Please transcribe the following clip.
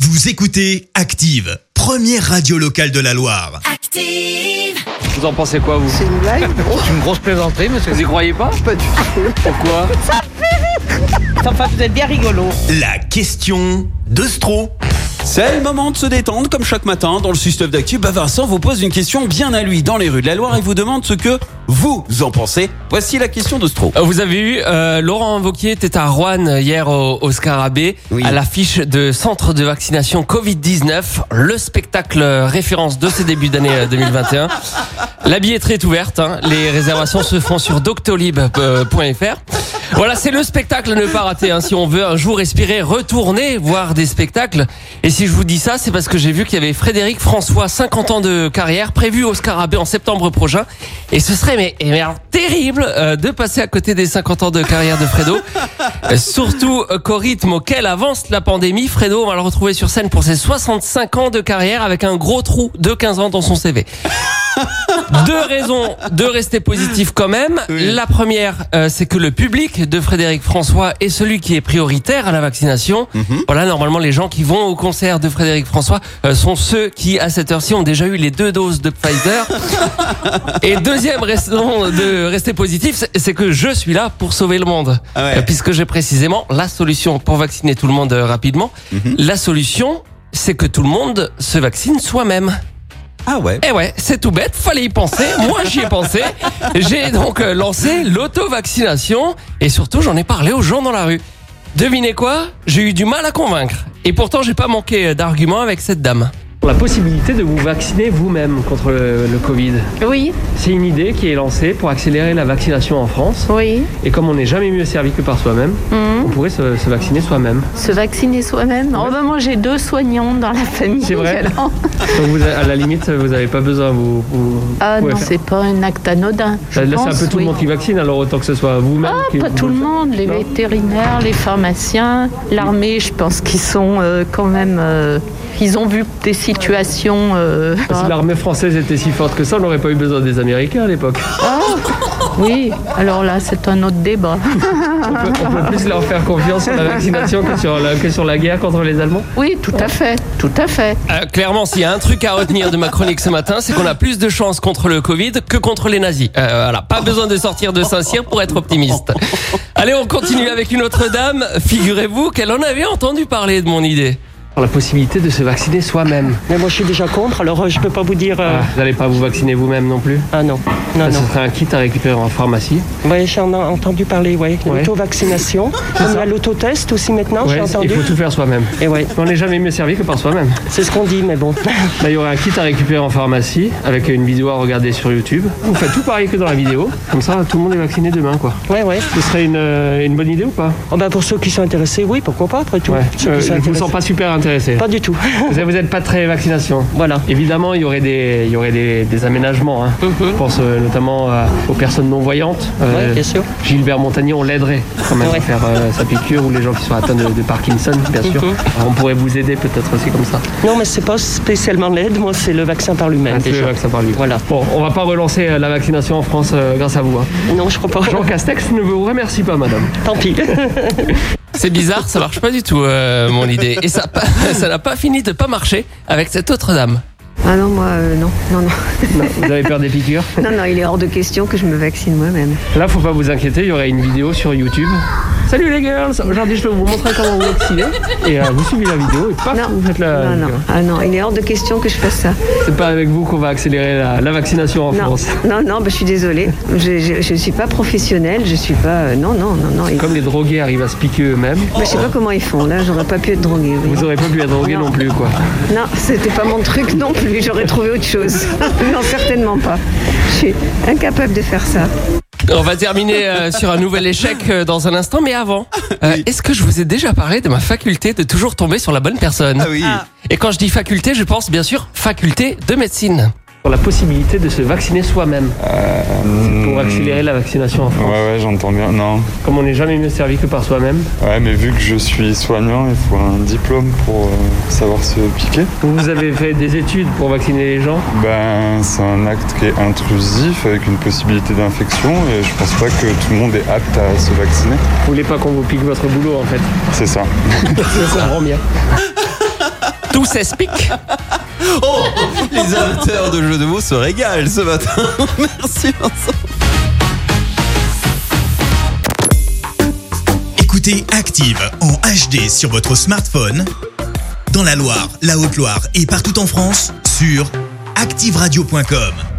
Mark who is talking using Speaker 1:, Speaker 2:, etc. Speaker 1: Vous écoutez Active, première radio locale de la Loire.
Speaker 2: Active!
Speaker 3: Vous en pensez quoi, vous
Speaker 4: C'est une blague
Speaker 3: C'est une grosse plaisanterie, monsieur. Vous y croyez pas
Speaker 4: Pas du tout.
Speaker 3: Pourquoi
Speaker 4: Enfin, vous êtes bien rigolo.
Speaker 1: La question de Stro.
Speaker 5: C'est le moment de se détendre, comme chaque matin dans le Sustuf d'Actu. Bah Vincent vous pose une question bien à lui dans les rues de la Loire et vous demande ce que vous en pensez. Voici la question de Stro.
Speaker 6: Euh, Vous avez eu euh, Laurent Wauquiez était à Rouen hier au, au Scarabée
Speaker 5: Oui.
Speaker 6: à l'affiche de centre de vaccination Covid-19, le spectacle référence de ces débuts d'année euh, 2021. La billetterie est ouverte, hein. les réservations se font sur euh, doctolib.fr. Voilà, c'est le spectacle à ne pas rater hein. si on veut un jour respirer, retourner voir des spectacles. Et si je vous dis ça, c'est parce que j'ai vu qu'il y avait Frédéric François, 50 ans de carrière, prévu au Scarabée en septembre prochain. Et ce serait mais, eh, mais alors, terrible euh, de passer à côté des 50 ans de carrière de Fredo. Euh, Surtout euh, qu'au rythme auquel avance la pandémie, Fredo, on va le retrouver sur scène pour ses 65 ans de carrière avec un gros trou de 15 ans dans son CV. Deux raisons de rester positif quand même. La première, euh, c'est que le public de Frédéric François est celui qui est prioritaire à la vaccination. Voilà, normalement, les gens qui vont au concert de Frédéric François euh, sont ceux qui, à cette heure-ci, ont déjà eu les deux doses de Pfizer. Et deuxième raison de rester positif, c'est- c'est que je suis là pour sauver le monde.
Speaker 5: Ah ouais.
Speaker 6: Euh, Puisque j'ai précisément la solution pour vacciner tout le monde euh, rapidement. La solution, c'est que tout le monde se vaccine soi-même.
Speaker 5: Ah ouais.
Speaker 6: Eh ouais, c'est tout bête, fallait y penser, moi j'y ai pensé. J'ai donc euh, lancé l'auto-vaccination et surtout j'en ai parlé aux gens dans la rue. Devinez quoi J'ai eu du mal à convaincre. Et pourtant j'ai pas manqué euh, d'arguments avec cette dame.
Speaker 3: La possibilité de vous vacciner vous-même contre le, le Covid.
Speaker 7: Oui,
Speaker 3: C'est une idée qui est lancée pour accélérer la vaccination en France.
Speaker 7: oui.
Speaker 3: Et comme on n'est jamais mieux servi que par soi-même,
Speaker 7: Mhm.
Speaker 3: on pourrait se, se vacciner soi-même.
Speaker 7: Se vacciner soi-même. Oh, bah, moi, j'ai deux soignants dans la famille.
Speaker 3: C'est vrai
Speaker 7: alors.
Speaker 3: Donc vous, à la limite, vous n'avez pas besoin. Vous, vous-
Speaker 7: Ah
Speaker 3: vous pouvez
Speaker 7: non,
Speaker 3: faire-
Speaker 7: c'est pas un acte anodin. je
Speaker 3: Là, c'est un
Speaker 7: pense,
Speaker 3: peu tout
Speaker 7: oui.
Speaker 3: le monde qui vaccine, alors autant que ce soit vous-même.
Speaker 7: Ah,
Speaker 3: qui-
Speaker 7: pas
Speaker 3: vous-
Speaker 7: tout le monde, les
Speaker 3: Non.
Speaker 7: vétérinaires, les pharmaciens, l'armée, je pense qu'ils sont euh, quand même. euh, ils ont vu des situations. euh,
Speaker 3: Si l'armée française était si forte que ça, on n'aurait pas eu besoin des Américains à l'époque.
Speaker 7: oui, alors là, c'est un autre débat.
Speaker 3: On peut plus leur faire confiance sur la vaccination que sur la, que sur la guerre contre les Allemands.
Speaker 7: Oui, tout à fait, tout à fait.
Speaker 6: Euh, clairement, s'il y a un truc à retenir de ma chronique ce matin, c'est qu'on a plus de chances contre le Covid que contre les nazis. Euh, voilà, pas besoin de sortir de Saint-Cyr pour être optimiste. Allez, on continue avec une autre dame. Figurez-vous qu'elle en avait entendu parler de mon idée.
Speaker 3: La possibilité de se vacciner soi-même.
Speaker 8: Mais moi, je suis déjà contre, alors euh, je peux pas vous dire. euh,
Speaker 3: Ah, vous n'allez pas vous vacciner vous-même non plus
Speaker 8: Ah non, non,
Speaker 3: Ça, Ce
Speaker 8: non. Oh,
Speaker 3: serait un kit à récupérer en pharmacie.
Speaker 8: Ouais, j'en ai entendu parler, ouais.
Speaker 3: Ouais.
Speaker 8: L'auto-vaccination. Comme il y a l'autotest aussi maintenant, j'ai
Speaker 3: Ouais, il
Speaker 8: entendu.
Speaker 3: faut tout faire soi-même.
Speaker 8: Et ouais,
Speaker 3: On n'est jamais mieux servi que par soi-même.
Speaker 8: c'est ce qu'on dit, mais bon.
Speaker 3: Là, il y aurait un kit à récupérer en pharmacie avec une vidéo à regarder sur YouTube. Vous faites tout pareil que dans la vidéo. Comme ça, tout le monde est vacciné demain, quoi.
Speaker 8: Ouais, ouais.
Speaker 3: Ce serait une, euh, une bonne idée ou pas
Speaker 8: Oh, ben, pour ceux qui sont intéressés, oui, pourquoi pas, après tout.
Speaker 3: Ouais.
Speaker 8: Ceux
Speaker 3: Euh,
Speaker 8: qui
Speaker 3: je
Speaker 8: sont
Speaker 3: vous
Speaker 8: intéressés.
Speaker 3: sens pas super intéressé.
Speaker 6: Oh.
Speaker 8: Pas du tout.
Speaker 3: Vous n'êtes pas très vaccination.
Speaker 8: voilà.
Speaker 3: Évidemment, il y aurait des, il y aurait des, des aménagements. hein.
Speaker 6: Mhm.
Speaker 3: Je pense euh, notamment euh, aux personnes non voyantes. Euh,
Speaker 8: Ouais, bien sûr.
Speaker 3: Gilbert Montagnier, on l'aiderait quand même à
Speaker 8: Ouais.
Speaker 3: faire euh, sa piqûre ou les gens qui sont atteints de, de Parkinson, bien sûr.
Speaker 6: Mhm.
Speaker 3: On pourrait vous aider peut-être aussi comme ça.
Speaker 8: Non, mais c'est pas spécialement l'aide, moi, c'est le vaccin par lui-même.
Speaker 3: Inclure
Speaker 8: déjà.
Speaker 3: Ah, le vaccin par lui.
Speaker 8: Voilà.
Speaker 3: Bon, on va pas relancer euh, la vaccination en France euh, grâce à vous. hein.
Speaker 8: Non, je crois pas.
Speaker 3: Jean Castex ne vous remercie pas, madame.
Speaker 8: Tant pis.
Speaker 6: C'est bizarre, ça marche pas du tout, euh, mon idée. Et ça a pas- ça n'a pas fini de pas marcher avec cette autre dame.
Speaker 9: Ah non, moi, euh, non, non, non.
Speaker 3: Non, vous avez peur des piqûres
Speaker 9: Non, non, il est hors de question que je me vaccine moi-même.
Speaker 3: Là, faut pas vous inquiéter, il y aurait une vidéo sur YouTube. Salut les girls Aujourd'hui, je vais vous montrer comment vous vacciner. Et euh, vous suivez la vidéo et paf,
Speaker 9: Non,
Speaker 3: vous faites la...
Speaker 9: non, non. Ah non, il est hors de question que je fasse ça.
Speaker 3: C'est pas avec vous qu'on va accélérer la, la vaccination en
Speaker 9: Non,
Speaker 3: France.
Speaker 9: non, non, bah, je suis désolée. Je- Je je ne suis pas professionnelle, je suis pas... euh, non, non, non, non. il-
Speaker 3: Comme les drogués arrivent à se piquer eux-mêmes,
Speaker 9: Bah, je sais pas comment ils font, là, j'aurais pas pu être droguée. oui.
Speaker 3: vous aurez pas pu être drogué non.
Speaker 9: Non.
Speaker 3: plus, quoi.
Speaker 9: Non, c'était pas mon truc non plus, j'aurais trouvé autre chose. non, certainement pas. Je suis incapable de faire ça.
Speaker 6: On va terminer euh, sur un nouvel échec euh, dans un instant, mais avant, euh, est-ce que je vous ai déjà parlé de ma faculté de toujours tomber sur la bonne
Speaker 1: Ah
Speaker 6: personne
Speaker 5: Ah oui.
Speaker 6: Et quand je dis faculté, je pense bien sûr faculté de médecine.
Speaker 3: Pour la possibilité de se vacciner soi-même. C'est pour accélérer la vaccination en France.
Speaker 10: Hmm. Ouais, ouais, j'entends bien. Non.
Speaker 3: Comme on n'est jamais mieux servi que par soi-même,
Speaker 10: Ouais, mais vu que je suis soignant, il faut un diplôme pour euh, savoir se piquer.
Speaker 3: vous avez fait des études pour vacciner les gens.
Speaker 10: Ben, c'est un acte qui est intrusif avec une possibilité d'infection et je pense pas que tout le monde est apte à se vacciner.
Speaker 3: Vous voulez pas qu'on vous pique votre boulot, en fait.
Speaker 10: C'est ça.
Speaker 3: Je comprends bien.
Speaker 6: Tout ça se pique.
Speaker 5: Oh Les amateurs de jeux de mots se régalent ce matin. Merci Vincent.
Speaker 1: Écoutez Active en HD sur votre smartphone, dans la Loire, la Haute-Loire et partout en France, sur activeradio.com.